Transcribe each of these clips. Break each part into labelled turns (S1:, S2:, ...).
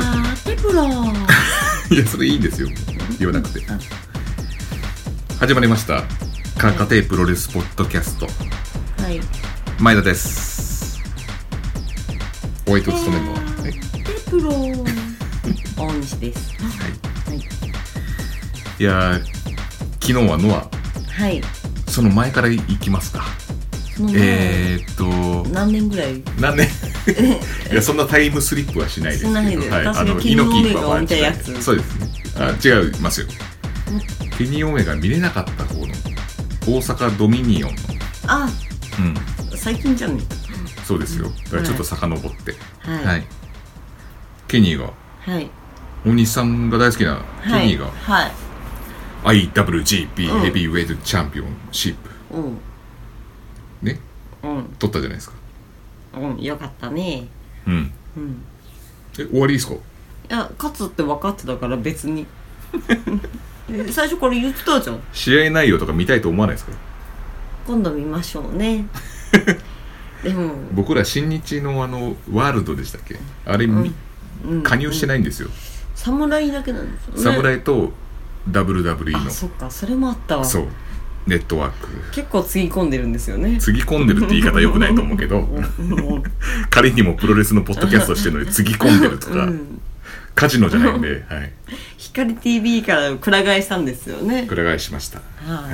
S1: ブラー
S2: いやそれいいんですよ言わなくて
S1: うん
S2: 始まりました「カカテプロレスポッドキャスト
S1: はい」
S2: 前田ですお相手を務めるのははい、
S1: テプロー大西ですはい
S2: いやー昨日はノア
S1: はい
S2: その前から行きますか
S1: その前、
S2: えー、っと
S1: 何年ぐらい
S2: 何年いやそんなタイムスリップはしないですけ
S1: し
S2: ど
S1: ないです私がキニオメガを見たやつ
S2: 猪木はそうですねあ違いますよケニーオメガ見れなかった方の大阪ドミニオンの
S1: あ
S2: うん
S1: 最近じゃん
S2: そうですよ。だからちょっと遡って。
S1: はい
S2: はい。ケニーが、
S1: はい
S2: 大西さんが大好きなケ
S1: はい
S2: ニーが、
S1: はい
S2: IWGP
S1: うん
S2: ヘビーウェイトチャンピオンシップ、
S1: うん
S2: ね、
S1: うん
S2: 取ったじゃないですか。
S1: うんよかったね
S2: うん。
S1: うん
S2: え、終わりですか
S1: いや勝つって分かってたから別にえ最初から言ってたじゃん
S2: 試合内容とか見たいと思わないですか
S1: 今度見ましょうね でも、
S2: 僕ら新日のあの、ワールドでしたっけあれ、み
S1: うん、
S2: 加入して
S1: な
S2: な
S1: い
S2: いんですよ。
S1: 侍だけなんですよね
S2: 侍と WWE
S1: あ
S2: の。
S1: そっかそれもあったわ
S2: そう。ネットワーク。
S1: 結構つぎ込んでるんですよね
S2: つぎ込んでるって言い方良くないと思うけど、
S1: うん
S2: 仮にもプロレスのポッドキャストしてるのにつぎ込んでると
S1: う
S2: か、
S1: ん、
S2: カジノじゃないんで、はい。
S1: 光 TV からくら替えしたんですよね
S2: くら替えしました
S1: は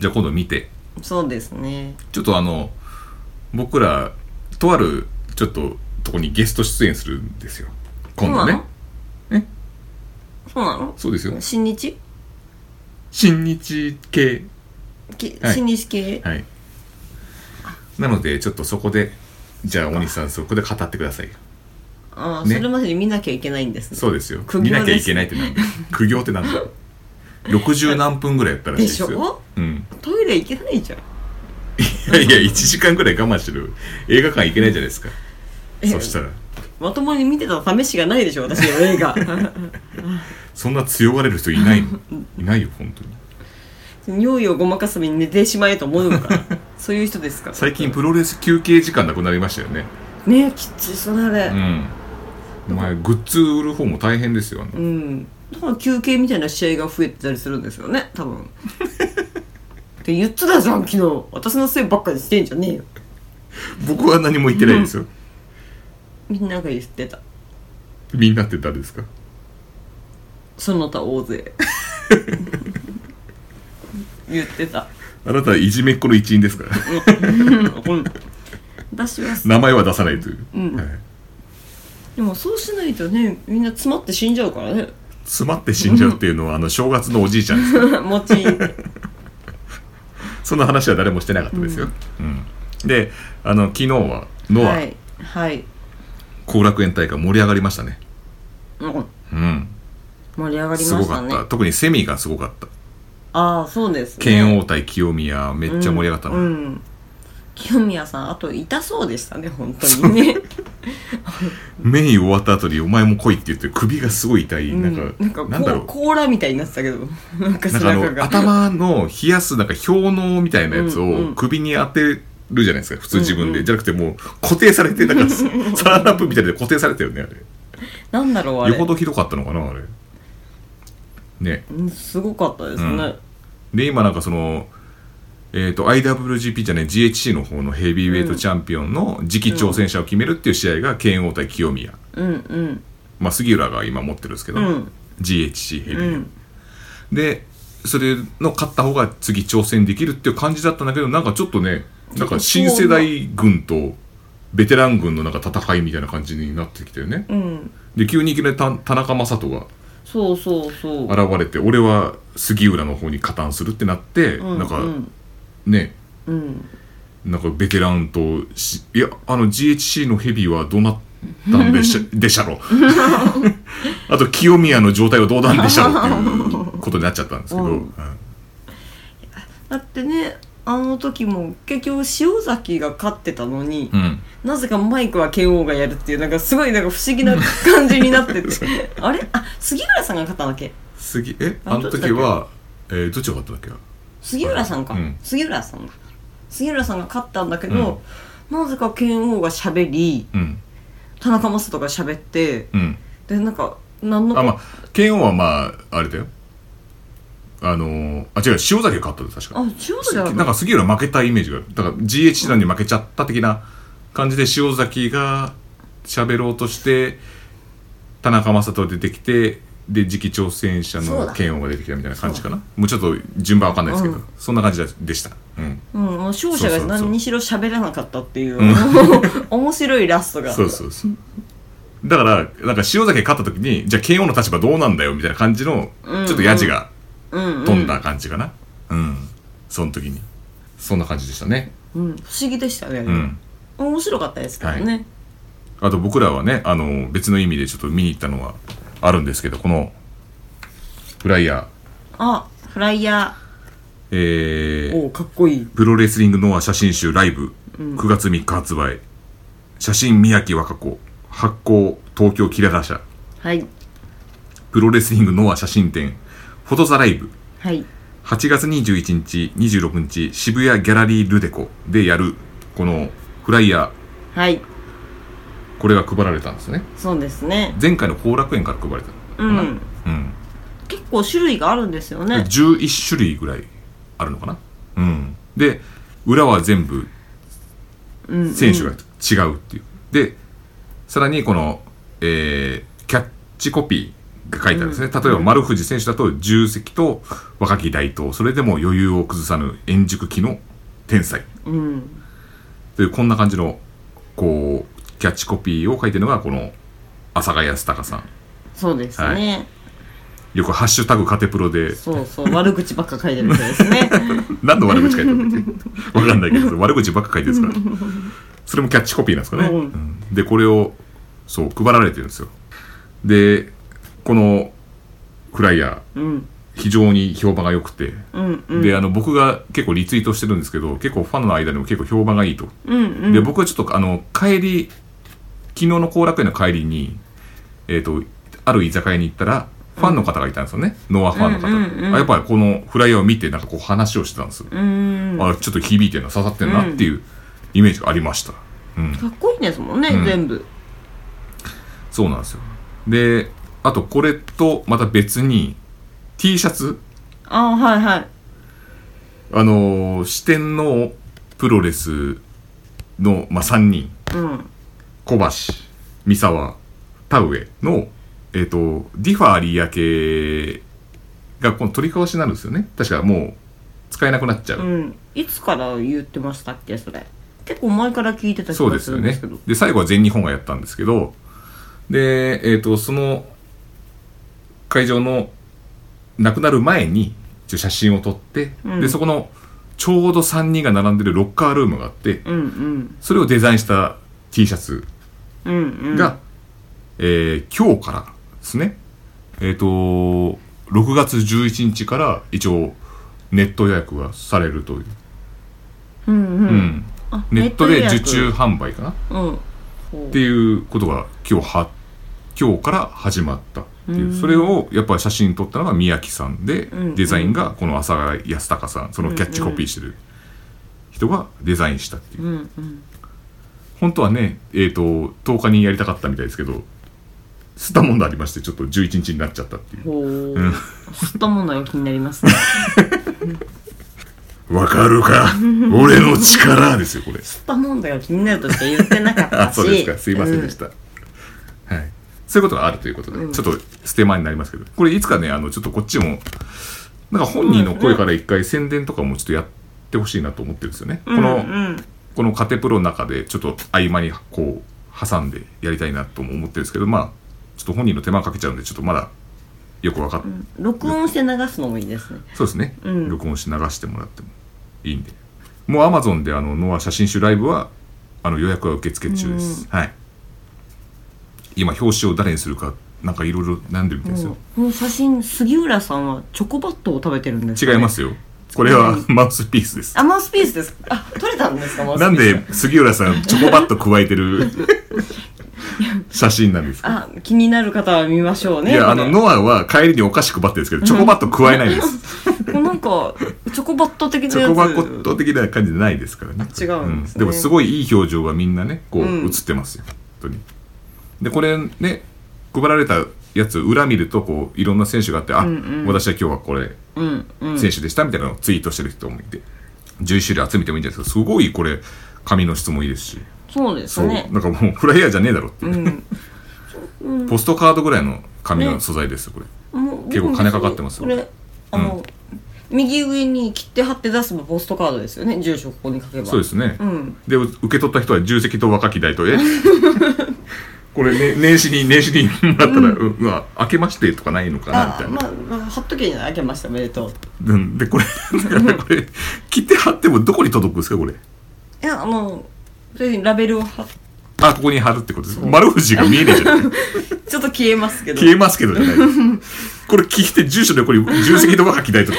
S2: じゃあ今度見て
S1: いそうですね
S2: ちょっとあの僕らとあるちょっととこにゲスト出演するんですよ今度ねえ
S1: そうなの
S2: そうですよ
S1: 新日
S2: 新日系
S1: き
S2: はい
S1: 新日系、
S2: はいなのでちょっとそこでじゃあ大西さんそこで語ってくださいよ
S1: ああ、
S2: ね
S1: それまでに見なきゃいけないんですね
S2: そうですよ
S1: 苦行
S2: 見
S1: です
S2: なきゃいけないってなんだ 苦行ってなんだ60何分ぐらいやったらしいですよ
S1: でしょ
S2: うん、
S1: トイレ行けないじゃん
S2: いやいや1時間ぐらい我慢してる映画館行けないじゃないですか
S1: え
S2: そしたら
S1: まともに見てた試しがないでしょ私の映 画
S2: そんな強がれる人い ないのいないよ本当に
S1: 尿意をごまかすために寝てしまえと思 うのかそういう人ですか
S2: 最近プロレス休憩時間なくなりましたよね
S1: ねえきっちりそれあれ
S2: うんお前グッズ売る方も大変ですよあの
S1: うん、だから休憩みたいな試合が増えてたりするんですよね多 分って言ってたじゃん昨日私のせいばっかりしてんじゃねえよ
S2: 僕は何も言ってないですよ
S1: みんなが言ってた
S2: みんなって誰ですか
S1: その他大 勢言ってた、
S2: あなたはいじめっ子の一員です から
S1: うん、私は
S2: 名前は出さないという、
S1: うん
S2: はい
S1: でもそうしないとねみんな詰まって死んじゃうか らね
S2: 詰まって死んじゃうっていうのはあの正月のおじいちゃん ですか
S1: 持ち
S2: その話は誰もしてなかったですよ、うんであの昨日はノ
S1: は
S2: ア
S1: いはい、
S2: 後楽園大会盛り上がりましたね
S1: うん、
S2: うん
S1: 盛り上がり
S2: す
S1: ま
S2: ご
S1: し
S2: か
S1: た
S2: っ
S1: ね
S2: た特にセミがすごかった
S1: ああそうですね
S2: 剣王対清宮めっちゃ盛り上がったな、
S1: うんうん清宮さんあと痛そうでしたね本当にね
S2: メイン終わった後にお前も来いって言って首がすごい痛い、なんか
S1: うん
S2: なんだろ
S1: こう
S2: う
S1: 甲羅みたいになってたけどなんか
S2: な
S1: 背
S2: んかあ
S1: 中
S2: の
S1: が
S2: 頭の冷やすなんか氷のうみたいなやつ
S1: うんう
S2: を
S1: ん
S2: 首に当てるじゃないですか普通自分で、
S1: うんう
S2: じゃなくてもう固定されてなん かサランラップみたいで固定されたよねあれ
S1: なんだろうあ
S2: よほ
S1: れ
S2: どひどかったのかなあれね
S1: うんすごかったですね、
S2: うんで今なんかそのえー、と IWGP じゃない GHC の方のヘビーウェイトチャンピオンの次期挑戦者を決めるっていう試合が剣王対清宮、
S1: うんうん
S2: まあ、杉浦が今持ってるんですけど、
S1: うん
S2: GHC ヘビー
S1: う
S2: の、
S1: ん
S2: でそれの勝った方が次挑戦できるっていう感じだったんだけどなんかちょっとねなんか新世代軍とベテラン軍のなんか戦いみたいな感じになってきたよね
S1: うん
S2: で急にいきなりた田中将人が
S1: そうそうそう
S2: 現れて俺は杉浦の方に加担するってなって、
S1: うん
S2: なんか
S1: うん
S2: ね
S1: うん
S2: なんかベテランとしいやあの GHC のヘビーはどうなったん でしゃでしゃろあと清宮の状態はどうなんでしゃろっていうことになっちゃったんですけど、
S1: うん
S2: うん
S1: だってねあの時も結局塩崎が勝ってたのに、
S2: うん
S1: なぜかマイクは剣王がやるっていうなんかすごいなんか不思議な感じになってて あれあ杉浦さんが勝っただけ
S2: 杉え
S1: あ
S2: あの時はえーどっちが勝ったんだっ
S1: 杉浦さんか、
S2: うん
S1: 杉浦さんだ杉浦さんが勝ったんだけど、なぜか剣王が喋り
S2: けうん
S1: 田中将人が喋って
S2: うん
S1: でえなんか何の
S2: あ、まあ、剣王はまあ、あれだよ。あのーあ、違う、塩崎が勝ったんです、確か。
S1: あ塩崎だ
S2: なんか杉浦負けたイメージがある。だから GH 団に負けちゃった的な感じで塩崎が喋ろうとして、田中正人出てきて、で、次期挑戦者
S1: そう
S2: の
S1: だ
S2: 剣王が出てきたみたいな感じかな。もうちょっと順番わかんないですけど、
S1: うん
S2: そんな感じでした。うん。
S1: うん、もう勝者
S2: そうそう
S1: が
S2: そう
S1: 何にしろ喋らなかったっていう 面白いラストが
S2: そうそうそう。だから、なんか塩崎が勝った時に、じゃあ剣王の立場どうなんだよみたいな感じの、
S1: うん
S2: ちょっとヤジが
S1: うんうん
S2: 飛んだ感じかな。うん。その時に。そんな感じでしたね。
S1: うん、不思議でしたね、
S2: うん。
S1: 面白かったですけどね、
S2: はあと僕らはね、あの、別の意味でちょっと見に行ったのはあるんですけど、この、フライヤ
S1: あフライヤ
S2: ー、え
S1: ー
S2: ー、
S1: おーかっこいい
S2: プロレスリングノア写真集ライブ、9月3日発売、写真宮城若子、発行東京キララ社、
S1: はい
S2: プロレスリングノア写真展、フォトザライブ、
S1: はい
S2: 8月21日、26日、渋谷ギャラリールデコでやる、このフライヤ
S1: はい
S2: ー、これが配られたんですね。
S1: そうですね
S2: 前回の後楽園から配られた。
S1: うん
S2: うん。
S1: 結構種類があるんですよね
S2: 11種類ぐらいあるのかな、うん、で裏は全部
S1: うん
S2: 選手が違うっていう、でさらにこの、えーキャッチコピーが書いてあるんですね、例えば丸藤選手だと重責と若き大東それでも余裕を崩さぬ円熟期の天才
S1: うん
S2: というこんな感じのこうキャッチコピーを書いてるのがこの浅賀康隆さん
S1: そうですね、
S2: よく「ハッシュタグカテプロ」で
S1: そうそう悪口ばっか書いてるみたいですね
S2: 何の悪口書いてあるんだっけわかんないけど悪口ばっか書いてるんですからそれもキャッチコピーなんですかね、
S1: うん
S2: うんでこれをそう配られてるんですよでこのフライヤー
S1: うん
S2: 非常に評判が良くて、
S1: うんうん
S2: であの僕が結構リツイートしてるんですけど結構ファンの間でも結構評判がいいと、
S1: うんうん
S2: で僕はちょっとあの帰り昨日の後楽園の帰りにえっ、とある居酒屋に行ったらファンの方がいたんですよね、ノアファンの方、
S1: うんうんうん
S2: あやっぱりこのフライヤーを見てなんかこう話をしてたんですよ、
S1: うんか
S2: あちょっと響いてるな刺さってるなっていうイメージがありました、うん、
S1: っこいいですもんね、
S2: うん
S1: 全部
S2: そうなんですよであとこれとまた別に T シャツ
S1: ああはいはい
S2: あのー四天王プロレスの、まあ、3人
S1: うん
S2: 小橋三沢田植の、えっとディファ有明がこの取り交わしになるんですよね確かもう使えなくなっちゃう、
S1: うん、いつから言ってましたっけそれ結構前から聞いてた気
S2: そう
S1: が
S2: ですす
S1: る
S2: よ
S1: んで
S2: ね
S1: すけど。
S2: で、最後は全日本がやったんですけど、で、えっ、と、その会場の亡くなる前に、一応写真を撮って、
S1: うん
S2: で、そこのちょうど3人が並んでるロッカールームがあって、
S1: うんうん
S2: それをデザインした T シャツ
S1: うんうん
S2: が、えー今日からですね、えっ、と、6月11日から一応ネット予約がされるという。
S1: うんう
S2: うんん
S1: あ
S2: ネットで
S1: 予約
S2: 受注販売かな。
S1: うん
S2: っていうことが今日は今日から始まったっていう、
S1: うん
S2: それをやっぱり写真撮ったのが宮城さんで、
S1: うん
S2: デザインがこの浅川康隆さんそのキャッチコピーしてる人がデザインしたっていう、
S1: うんうん
S2: 本当はねえっ、と10日にやりたかったみたいですけど吸ったもんだありましてちょっと11日になっちゃったってい
S1: ほう吸ったものが気になりますね
S2: うわかるか 俺の力ですよこれ
S1: 吸ったものが気になるとしか言ってなかっ た
S2: あ
S1: し
S2: そうですかすいませんでした、はいそういうことがあるということで、
S1: うん
S2: ちょっと捨て間になりますけどこれいつかねあのちょっとこっちもなんか本人の声から一回宣伝とかもちょっとやってほしいなと思ってるんですよね、
S1: う
S2: こ
S1: んうん、
S2: のこのカテプロの中でちょっと合間にこう挟んでやりたいなとも思ってるんですけどまあちょっと本人の手間かけちゃうんでちょっとまだよくわかっ
S1: うん録音して流すのもいいですね
S2: そうですね、
S1: うん
S2: 録音して流してもらってもいいんでもう Amazon であのノア写真集ライブはあの予約は受付中です、はい今表紙を誰にするかなんかいろいろ悩んでるみたいです
S1: も
S2: よ
S1: う、この写真杉浦さんはチョコバットを食べてるんですかね
S2: 違いますよこれはマウスピースです
S1: あマウスピースですあ取れたんですかマウスピ
S2: な
S1: ース
S2: んで杉浦さんチョコバット加えて る写真なんですか
S1: あ気になる方は見ましょう
S2: い
S1: ね
S2: やあ
S1: こ
S2: の
S1: れ
S2: ノアは帰りにお菓子配ってるんですけどチョコバット加えないです
S1: こ うなんかチョコバット的なやつ
S2: チョコバット的な感じじゃないですからね
S1: 違うんですね
S2: でもすごいいい表情がみんなねこう
S1: うん
S2: 映ってますよ、本当にでこれね配られたやつ裏見るとこういろんな選手があってあ、私は今日はこれ
S1: うんうん
S2: 選手でしたみたいなのをツイートしてる人もいて11種類集めてもいいんじゃないですかすごいこれ紙の質もいいですし
S1: そうです
S2: そう
S1: ね
S2: なんかもうフライヤーじゃねえだろっていう、ポストカードぐらいの紙の
S1: ね
S2: 素材ですよこれ
S1: もう
S2: 結構金かかってます
S1: こ
S2: よ
S1: れあの、右上に切って貼って出すのポストカードですよね住所ここに書けば
S2: そうですね、
S1: ん
S2: でう受け取った人は重責と若き大とえ これ、ね、年始に年始にもらったら、ううわ明けましてとかないのかなみ
S1: あ
S2: たいな、
S1: まあ、まあ、貼っとけじゃない開けましたおめでとう
S2: うん、でこれ これ切って貼ってもどこに届くんですかこれ
S1: いやあのそれにラベルを貼っ
S2: あここに貼るってことです丸藤が見えねえじゃ ん
S1: ちょっと消えますけど
S2: 消えますけどじゃないですこれ聞いて住所の横に重責と若き大とか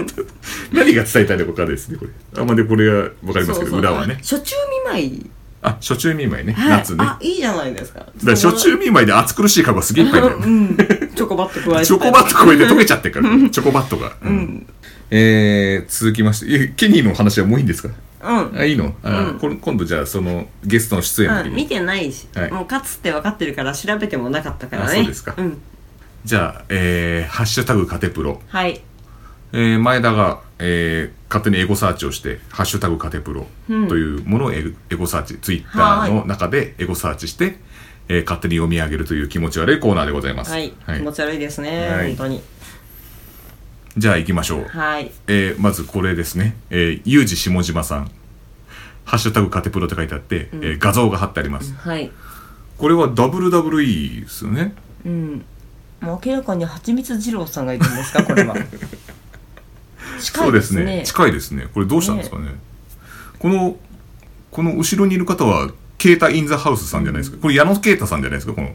S2: 何が伝えたいのか分かんないですねこれあまあでこれは分かりますけど裏はね
S1: 初中見舞い、
S2: あ初中見舞いね、
S1: はい、
S2: 夏ねだ
S1: あ
S2: か
S1: いいじゃないですかだから
S2: 初中見舞いで暑苦しい顔がすげえいっぱいいる
S1: うんチョコバット加えて
S2: チョコバット超えて溶けちゃってるから、チョコバットが。うんえー、続きましてえ、ケニーの話はもういいんですか
S1: うん
S2: あ、いいのあ、
S1: うん
S2: これ今度じゃあ、その、ゲストの出演の
S1: う
S2: 時
S1: ん、
S2: に。
S1: 見てないし、
S2: はい
S1: もう勝つって分かってるから調べてもなかったからね
S2: あそうですか
S1: ん、
S2: じゃあ、えー、ハッシュタグカテプロ。
S1: はい
S2: えー、前田が、えー、勝手にエゴサーチをして、ハッシュタグカテプロ
S1: うん
S2: というものをエゴエゴサーチ、ツイッターの中でエゴサーチして、えー、勝手に読み上げるという気持ち悪いコーナーでございます。
S1: はい、気持ち悪いですね、
S2: はい
S1: 本当に
S2: じゃあ行きましょう。
S1: はい
S2: えーまずこれですね、えー、ゆうじ下島さん、ハッシュタグカテプロって書いてあって、えー画像が貼ってあります。
S1: はい
S2: これは WWE ですよね。
S1: うんもう明らかに蜂蜜二郎さんがいるんですかこ れは近
S2: そう
S1: い
S2: で
S1: ですすね
S2: ね。近いですね。これどうしたんですかね。この、この後ろにいる方は、ケータ・イン・ザ・ハウスさんじゃないですか。これ矢野ケータさんじゃないですか、この、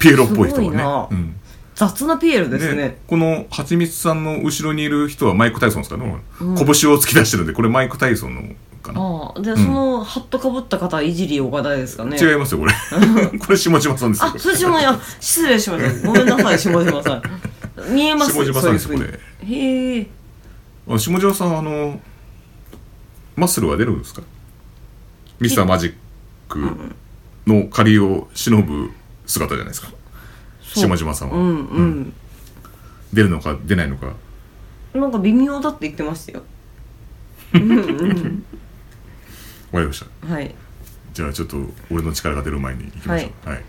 S2: ピエロっぽい人
S1: すごいな
S2: はね。うん
S1: 雑なピエロですね
S2: でこのはちみつさんの後ろにいる人はマイク・タイソンですかね、拳を突き出してるんでこれマイク・タイソンのかな
S1: ああで、そのハットかぶった方はいじり岡田ですかね
S2: 違いますよこ れこれ下島さんですよ
S1: あそれ下や失礼しましたごめんなさい下島さん見えます
S2: 下島さんです
S1: そういうふう
S2: こ
S1: にへえ
S2: あ下島さんあのマッスルは出るんですかミスターマジックの借りを忍ぶ姿じゃないですか
S1: そう
S2: 下島さんは、
S1: うんうん、
S2: 出るのか出ないのか
S1: なんか微妙だって言ってましたよ
S2: わかりました
S1: はい
S2: じゃあちょっと俺の力が出る前に行きましょうはい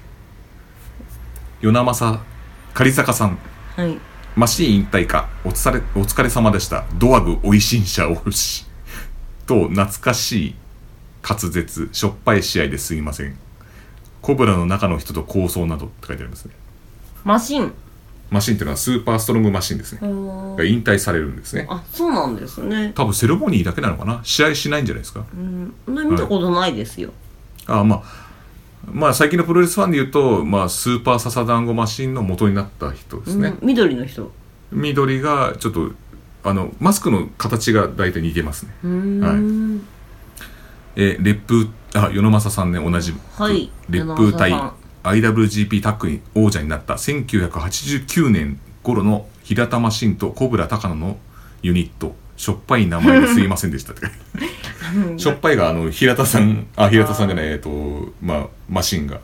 S2: 与那政狩坂さん
S1: はい
S2: マシーン引退かお疲れお疲れ様でしたドアグおいしんしゃおしと懐かしい滑舌しょっぱい試合ですいませんコブラの中の人と構想などって書いてありますね
S1: マシン
S2: マシンっていうのはスーパーストロングマシンですねが引退されるんですね
S1: あそうなんですね
S2: 多分セレモニーだけなのかな試合しないんじゃないですか
S1: うんそんな見たことないですよ、
S2: あまあまあ最近のプロレスファンで言うと、まあ、スーパーササダンゴマシンの元になった人ですね、
S1: うん緑の人
S2: 緑がちょっとあのマスクの形が大体似てますね、はいえー、烈風あ与野正さんね同じく、
S1: はい
S2: 烈風対
S1: 与那政
S2: IWGP タッグに王者になった1989年頃の平田マシンとコブラ高野のユニットしょっぱい名前ですいませんでしたって しょっぱいがあの平田さんあ平田さんじゃないえっ、とまあマシンが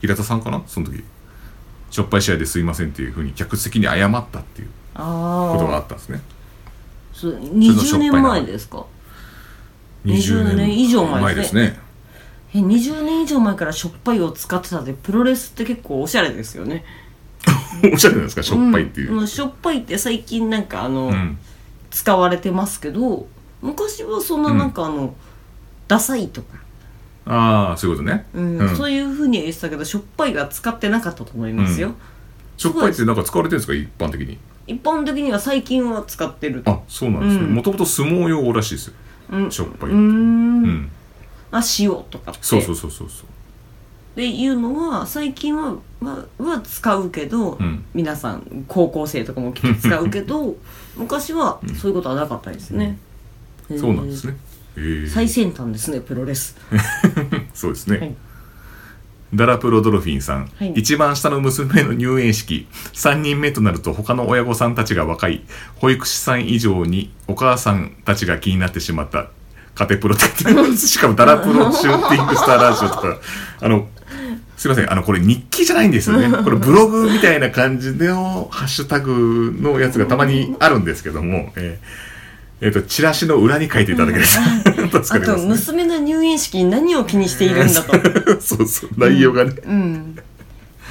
S2: 平田さんかなその時しょっぱい試合ですいませんっていうふうに客席に謝ったっていう
S1: あ
S2: ことが
S1: あ
S2: あったんですね
S1: そう
S2: しょ
S1: 20
S2: っぱいな
S1: 年前ですか
S2: 20
S1: 20
S2: 年
S1: 年以上前ですね
S2: 前ですね
S1: え20年以上前からしょっぱいを使ってたでプロレスって結構おしゃれですよね
S2: おしゃれなんですかしょっぱいっていう、
S1: ん
S2: うん
S1: まあしょっぱいって最近なんかあの、使われてますけど昔はそんななんかあの、ダサいとか、
S2: ああそういうことね、
S1: うん
S2: うん
S1: そういうふうには言ってたけどしょっぱいが使ってなかったと思いますよ、
S2: うしょっぱいってなんか使われてるんですか一般的に
S1: 一般的には最近は使ってると
S2: あそうなんですね
S1: うん
S2: もともと相撲用語らしいですよ、
S1: うん
S2: しょっぱいう
S1: ーん
S2: うん
S1: あ塩とかって
S2: そうそうそうそうそう
S1: っていうのは最近ははは使うけど、
S2: ん
S1: 皆さん高校生とかもきっと使う けど昔はそういうことはなかったですね、へー
S2: そうなんですねええ
S1: 最先端ですねプロレス
S2: そうですね、
S1: はい
S2: ダラプロドルフィンさん、
S1: い
S2: 一番下の娘の入園式3人目となると他の親御さんたちが若い保育士さん以上にお母さんたちが気になってしまった カテプロってしかもダラプロシューティングスターラジオとかあのすいません。あの、これ日記じゃないんですよ ね。これブログみたいな感じのハッシュタグのやつがたまにあるんですけども、えーえーと、チラシの裏に書いていただけです。
S1: あ
S2: 助かり
S1: と
S2: ます、
S1: 娘の入園式に何を気にしているんだと
S2: ね。 そうそう、内容がね。
S1: うん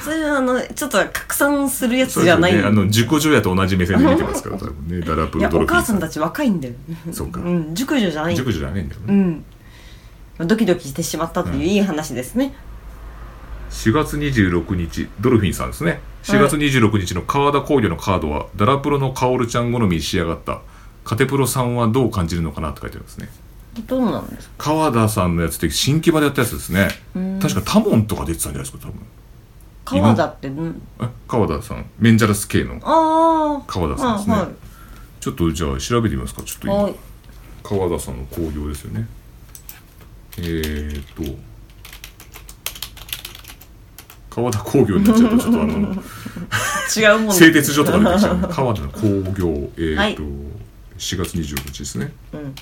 S1: それはあのちょっと拡散するや
S2: そう
S1: つじ
S2: です
S1: ゃ
S2: よ
S1: ない
S2: ね。あの、熟女やと同じ目線で見てますから、多分ね。ダラプル
S1: いや
S2: ド
S1: お
S2: ロキ
S1: 母
S2: ー
S1: さんたち若いんだよ
S2: そうか
S1: ん、熟女じゃない
S2: 熟女じゃないんだよ
S1: う
S2: ね。
S1: んドキドキしてしまったっていういい話ですね、
S2: 4月26日、ドルフィンさんですね。4月26日の川田工業のカードは、ダラプロのカオルちゃん好みに仕上がった。カテプロさんはどう感じるのかなって書いてありますね。
S1: どうなんですか
S2: 川田さんのやつって新規場でやったやつですね
S1: うん
S2: 確かタモンとか出てたんじゃないですか多分
S1: 川だって、うん、
S2: え川田さんメンジャラス系の
S1: ああ
S2: 川田さんですね、
S1: はいはい
S2: ちょっとじゃあ調べてみますかちょっと
S1: はい
S2: 今川田さんの興行ですよねえー、っと川田工業になっちゃうとちょっ とあの
S1: 違うもん
S2: 製鉄所とか出てきちゃうね川田の工業えー、っと、
S1: は
S2: 4月26日ですね
S1: うんうん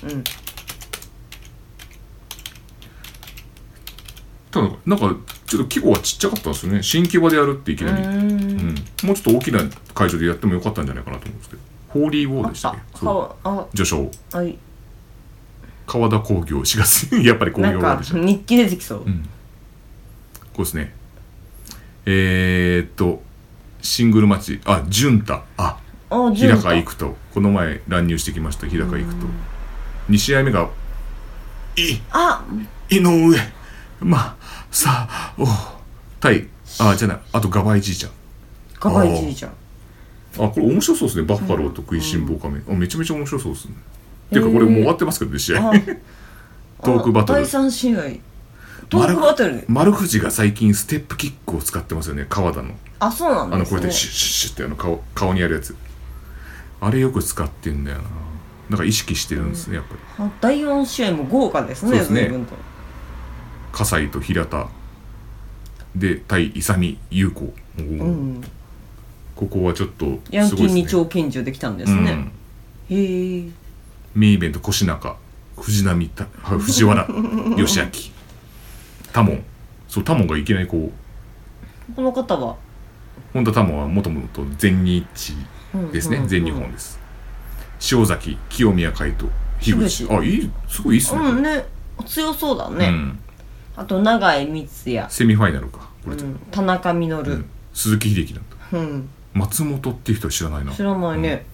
S2: ただなんかちょっと規模がちっちゃかったんですよね新規場でやるっていきなり
S1: うん
S2: うんもうちょっと大きな会場でやってもよかったんじゃないかなと思うんですけど、ホーリーウォー
S1: あ
S2: で
S1: っ
S2: した
S1: た
S2: っけそう
S1: 川あ
S2: 序章、
S1: はい
S2: 川田工業4月 にやっぱり工業ウ
S1: なん
S2: ォー
S1: か
S2: でした。こ
S1: 日記出てきそう、
S2: うですね。えー、っと、シングルマッチ、あ、潤太、あ、
S1: ああ
S2: 日
S1: 潤
S2: 高
S1: 太
S2: 行くと、この前乱入してきました、日高行くと。2試合目が、い、
S1: あ
S2: 井上、ま、さ、お、対、あ、じゃない、あとガバイじいちゃん。
S1: ガバイじいちゃん
S2: あこれ面白そうですねバッファローと食いしん坊仮面、あめちゃめちゃ面白そうですねっていうかこれもう終わってますけどね試合 トークバトル
S1: あ第三試合トークバトル
S2: 丸藤が最近ステップキックを使ってますよね川田の
S1: あそうなん
S2: あの
S1: で
S2: こうやってシ
S1: す
S2: ュッシュッ
S1: ね
S2: シュッってあの顔顔にやるやつあれよく使ってんだよななんか意識してるんですねやっぱり
S1: あ第四試合も豪華です
S2: そう
S1: ね
S2: ですね
S1: 随分と
S2: 葛西と平田で対勇優子、おー
S1: うん
S2: ここはちょっと
S1: ヤン
S2: す
S1: キ
S2: ごい
S1: ー二
S2: ですね
S1: 丁拳銃できたんですね、
S2: うん
S1: へえ
S2: メインイベント越中藤波たは藤 原義明タモンそうタモンがいきなりこう
S1: この方は
S2: 本田タモンはもともと全日ですね、
S1: うんうんうん
S2: 全日本です塩崎清宮海斗樋口
S1: 樋口
S2: あいいすごいいいっすね,、
S1: うんね強そうだ
S2: う
S1: ね、
S2: ん、
S1: あと永井光也、
S2: セミファイナルかこ
S1: う
S2: れ、うん
S1: ん、田中稔うん、
S2: 鈴木秀樹なんだ松本っていう人は知らないな
S1: 知らないね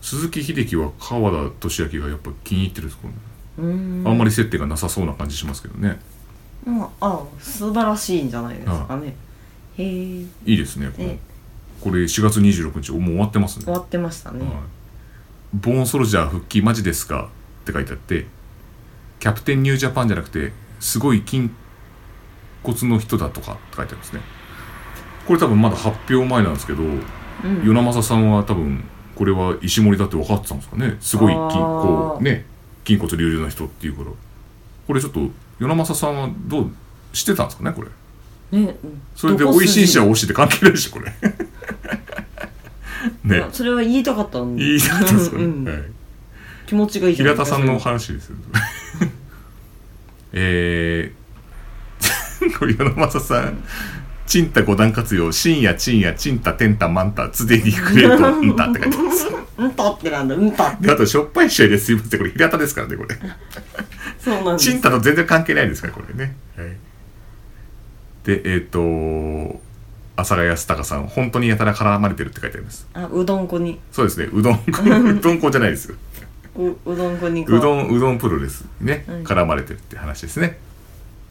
S2: 鈴木秀樹は川田俊明がやっぱ気に入ってるんですこれ
S1: うん
S2: あんまり接点がなさそうな感じしますけどね
S1: まああ素晴らしいんじゃないですかねへえ
S2: いいですねこ
S1: え
S2: れこれ4月26日もう終わってますね
S1: 終わってましたね、
S2: はいボーンソルジャー復帰マジですかって書いてあって、キャプテンニュージャパンじゃなくて、すごい筋骨の人だとかって書いてあるんですね。これ多分まだ発表前なんですけど、
S1: うん
S2: 与那正さんは多分、これは石森だって分かってたんですかね。すごい筋、
S1: あー
S2: こうね、筋骨隆々な人っていうから。これちょっと、与那正さんはどう、してたんですかね、これ。
S1: ね
S2: それで、美味しいしは
S1: を
S2: 美味しいって関係ないでしょ、 これ。ね。
S1: それは言いたかったん
S2: いいなったんですかね。
S1: うん
S2: はい
S1: 気持ちがいいじゃな
S2: 平田
S1: いです
S2: さ
S1: か
S2: んの話ですよえー、これ与那正さん「ちんた五段活用深夜ちんやちんたてんたまんたつでにくれるとんた」って書いてます
S1: うんたってなんだうんたって
S2: であとしょっぱい試合ですいませんこれ平田ですからねこれ
S1: そうなんです
S2: ちんたと全然関係ないですからこれね、はいでえっ、と阿佐ヶ谷康隆さん本当にやたら絡まれてるって書いてあります
S1: あうどん粉に
S2: そうですねうどんこうどんこじゃないですよ
S1: ううどん粉に
S2: うど
S1: ん
S2: ん、うどんプロレスにね、
S1: うん
S2: 絡まれてるって話ですね。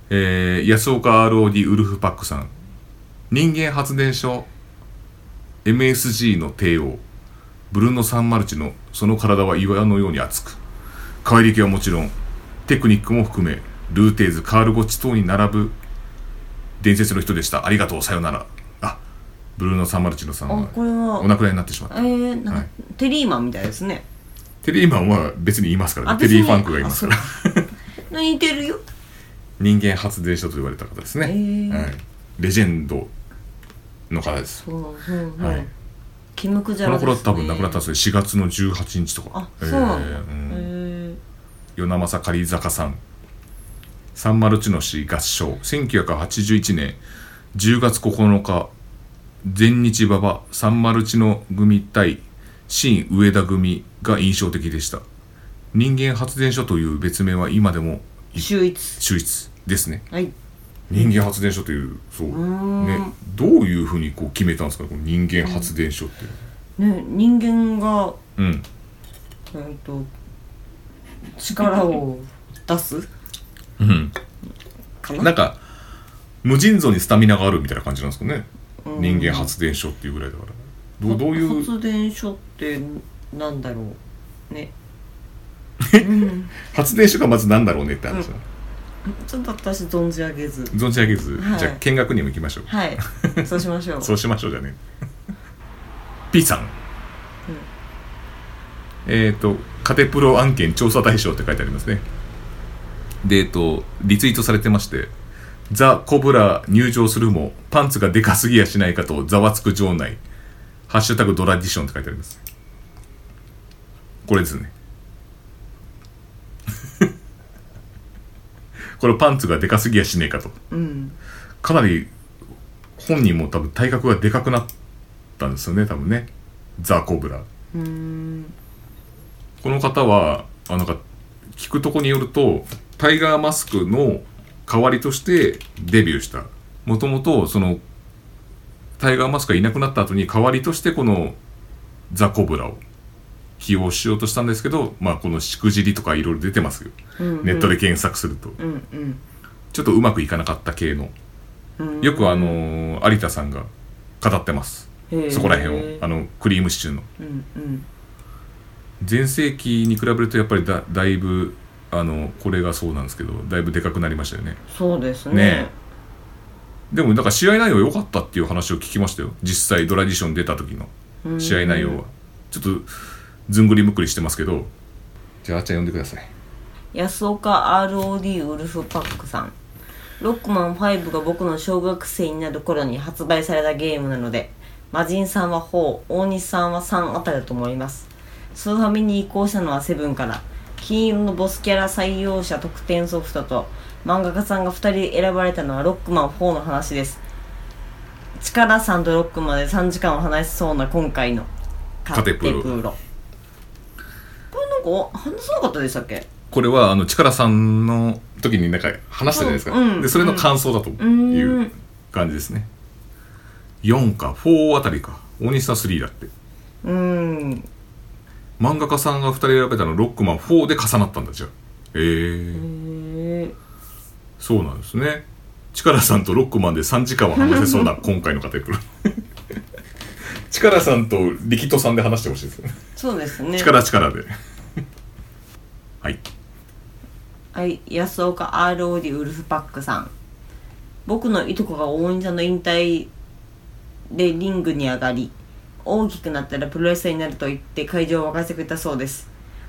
S2: えー、安岡 ROD ウルフパックさん。人間発電所、MSG の帝王、ブルーノ・サンマルチのその体は岩のように熱く、怪力はもちろん、テクニックも含め、ルーテーズ、カール・ゴッチ等に並ぶ伝説の人でした。ありがとう、さよなら。あ、ブルーノ・サンマルチのさん
S1: あ
S2: は
S1: これ
S2: お
S1: は
S2: 亡くなりになってしまった
S1: え。ー、なんか、
S2: はい
S1: テリーマンみたいですね
S2: テリーマンは別にいますから
S1: あ
S2: ね。テリー・ファンクがいますから。
S1: 似てるよ
S2: 人間発電所と言われた方ですね、
S1: へー
S2: はい、レジェンドの方です、
S1: そうそうそう、
S2: はい、
S1: キムクジ
S2: こ
S1: ャ
S2: の
S1: ラです、ね、
S2: 頃多分亡くなったんですよ4月の18日とか
S1: あそうなんだ
S2: え
S1: へ
S2: ーうん
S1: え
S2: 与那政狩坂さん三丸地の市合唱1981年10月9日全日馬場三丸地の組対新上田組が印象的でした人間発電所という別名は今でも
S1: 秀逸
S2: 秀逸ですね
S1: はい
S2: 人間発電所というそうねどういうふうにこう決めたんですかこの人間発電所って
S1: ね人間が
S2: うん
S1: えっと力を出す
S2: うん
S1: か
S2: な
S1: なん
S2: か無尽蔵にスタミナがあるみたいな感じなんですかね人間発電所っていうぐらいだからどうどういう
S1: 発電所ってなんだろうね
S2: 発電所がまずなんだろうねって話だ、
S1: ちょっと私存じ上げず
S2: 存じ上げず、
S1: はい
S2: じゃあ見学にも行きましょう、
S1: はい そうしましょう
S2: そうしましょうじゃね P さん、えっ、とカテプロ案件調査対象って書いてありますねでえっとリツイートされてましてザ・コブラ入場するもパンツがでかすぎやしないかとざわつく場内ハッシュタグドラディションって書いてありますこれですね これパンツがでかすぎやしねえかと
S1: うん
S2: かなり本人も多分体格がでかくなったんですよね多分ねザ・コブラ
S1: うーん
S2: この方はあなんか聞くとこによるとタイガーマスクの代わりとしてデビューしたもともとそのタイガーマスクがいなくなった後に代わりとしてこのザ・コブラを起用しようとしたんですけどまあこのしくじりとかいろいろ出てますよ、
S1: うんうん
S2: ネットで検索すると
S1: うんうん
S2: ちょっとうまくいかなかった系の
S1: うん
S2: よくあのー有田さんが語ってます
S1: へー
S2: そこら辺をあのクリームシチューの
S1: うんうん
S2: 全盛期に比べるとやっぱりだだいぶあのこれがそうなんですけどだいぶでかくなりましたよね
S1: そうですね
S2: ねでもなんか試合内容良かったっていう話を聞きましたよ実際ドラディション出た時の
S1: うん
S2: 試合内容はちょっとずんぐりむっくりしてますけどじゃああっちゃん呼んでください
S1: 安岡 ROD ウルフパックさんロックマン5が僕の小学生になる頃に発売されたゲームなので魔人さんは4大西さんは3あたりだと思いますスーファミに移行したのはセブンから金色のボスキャラ採用者特典ソフトと漫画家さんが2人選ばれたのはロックマン4の話です力さんとロックマンで3時間を話しそうな今回の
S2: カテプロ
S1: カこれなんか話さなかったでしたっけ
S2: これはあの力さんの時になんか話したじゃないですか、
S1: うん
S2: でそれの感想だとい
S1: ん
S2: う感じですね4か4あたりか大西さん3だって
S1: うーん
S2: 漫画家さんが2人選べたのロックマン4で重なったんだじゃあへえ
S1: へえ
S2: そうなんですね力さんとロックマンで3時間は話せそうな今回のカテゴリー力さんと力人さんで話してほしいですね
S1: そうですね
S2: 力力ではい
S1: はい安岡 ROD ウルフパックさん僕のいとこが大西さんの引退でリングに上がり大きくなったらプロレスラーになると言って会場を沸かせてくれたそうです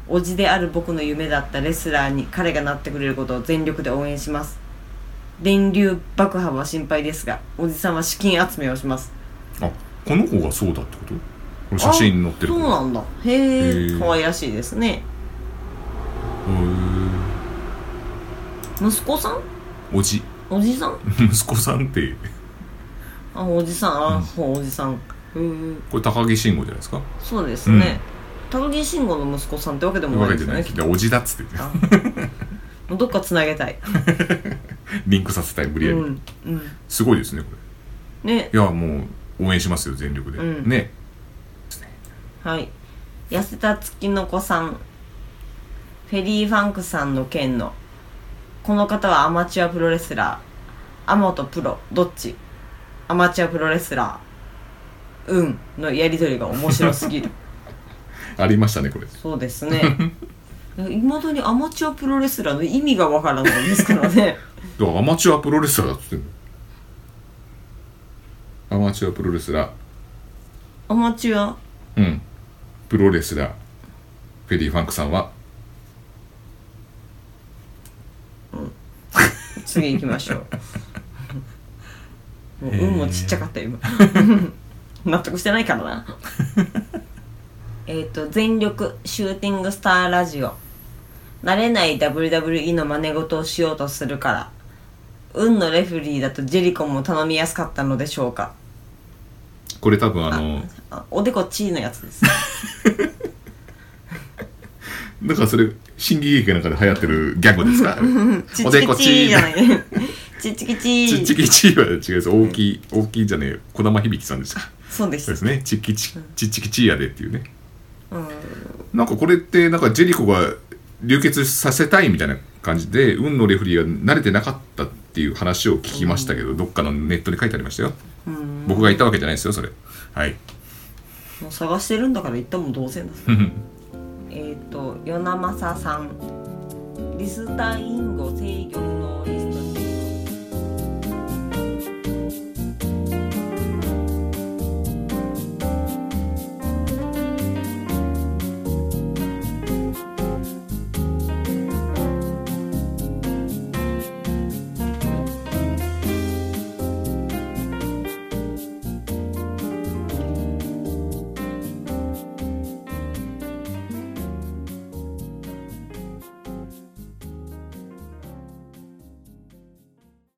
S1: 叔父である僕の夢だったレスラーに彼がなってくれることを全力で応援します電流爆破は心配ですがおじさんは資金集めをします
S2: あこの子がそうだってことこれ写真に載ってる
S1: あ
S2: 子
S1: そう
S2: へ
S1: なんだへ
S2: へえ
S1: え可愛らしいですね息子さ
S2: え
S1: ん
S2: おじ
S1: おじさん
S2: 息子さんって
S1: あおじさんあ、ほうおじさんへえ
S2: これ高木慎吾じゃないですか
S1: そうですね、高木慎吾の息子さんってわけでも
S2: わ
S1: ない
S2: けじ
S1: です
S2: ゃな
S1: よ
S2: い
S1: ね
S2: で
S1: き
S2: す
S1: っ
S2: ねおじだっつって
S1: ともうどっかつなげたい
S2: リンクさせたい無理
S1: う
S2: やり、
S1: んうん
S2: すごいですねこれ
S1: ね
S2: いやもう応援しますよ全力で、
S1: うん
S2: ね
S1: はい痩せた月の子さんフェリー・ファンクさんの件のこの方はアマチュアプロレスラーアマとプロどっちアマチュアプロレスラーうんのやり取りが面白 すぎる
S2: ありましたねこれ
S1: そうですねいまだにアマチュアプロレスラーの意味がわからないですからね
S2: だからアマチュアプロレスラーだっつってんのアマチュアプロレスラー
S1: アマチュア
S2: うんプロレスラーフェリー・ファンクさんは
S1: 次行きましょ うもう運もちっちゃかったよ 今納得してないからなえっと全力シューティングスターラジオ慣れない WWE の真似事をしようとするから運のレフェリーだとジェリコも頼みやすかったのでしょうか
S2: これ多分あの
S1: あおでこチーのやつです
S2: だからそれ新喜劇の中で流行ってるギャグですから
S1: ちっ
S2: お
S1: ち
S2: でこ
S1: きち
S2: ち
S1: ーじゃない
S2: ー
S1: ねちっちきち
S2: ちっち
S1: ー
S2: きちーは違うです大きい大きいじゃねえよ児玉響さんでした
S1: そうでし
S2: そう
S1: た
S2: ですねちっきちちっちきちーやでっていうね
S1: うん
S2: なんかこれってなんかジェリコが流血させたいみたいな感じで運のレフェリーが慣れてなかったっていう話を聞きましたけど、どっかのネットに書いてありましたよ、
S1: うん
S2: 僕がいたわけじゃないですよそれはい
S1: もう探してるんだから行ったも同 然だえっ、ー、と与那政さんリスタインゴ制御のリス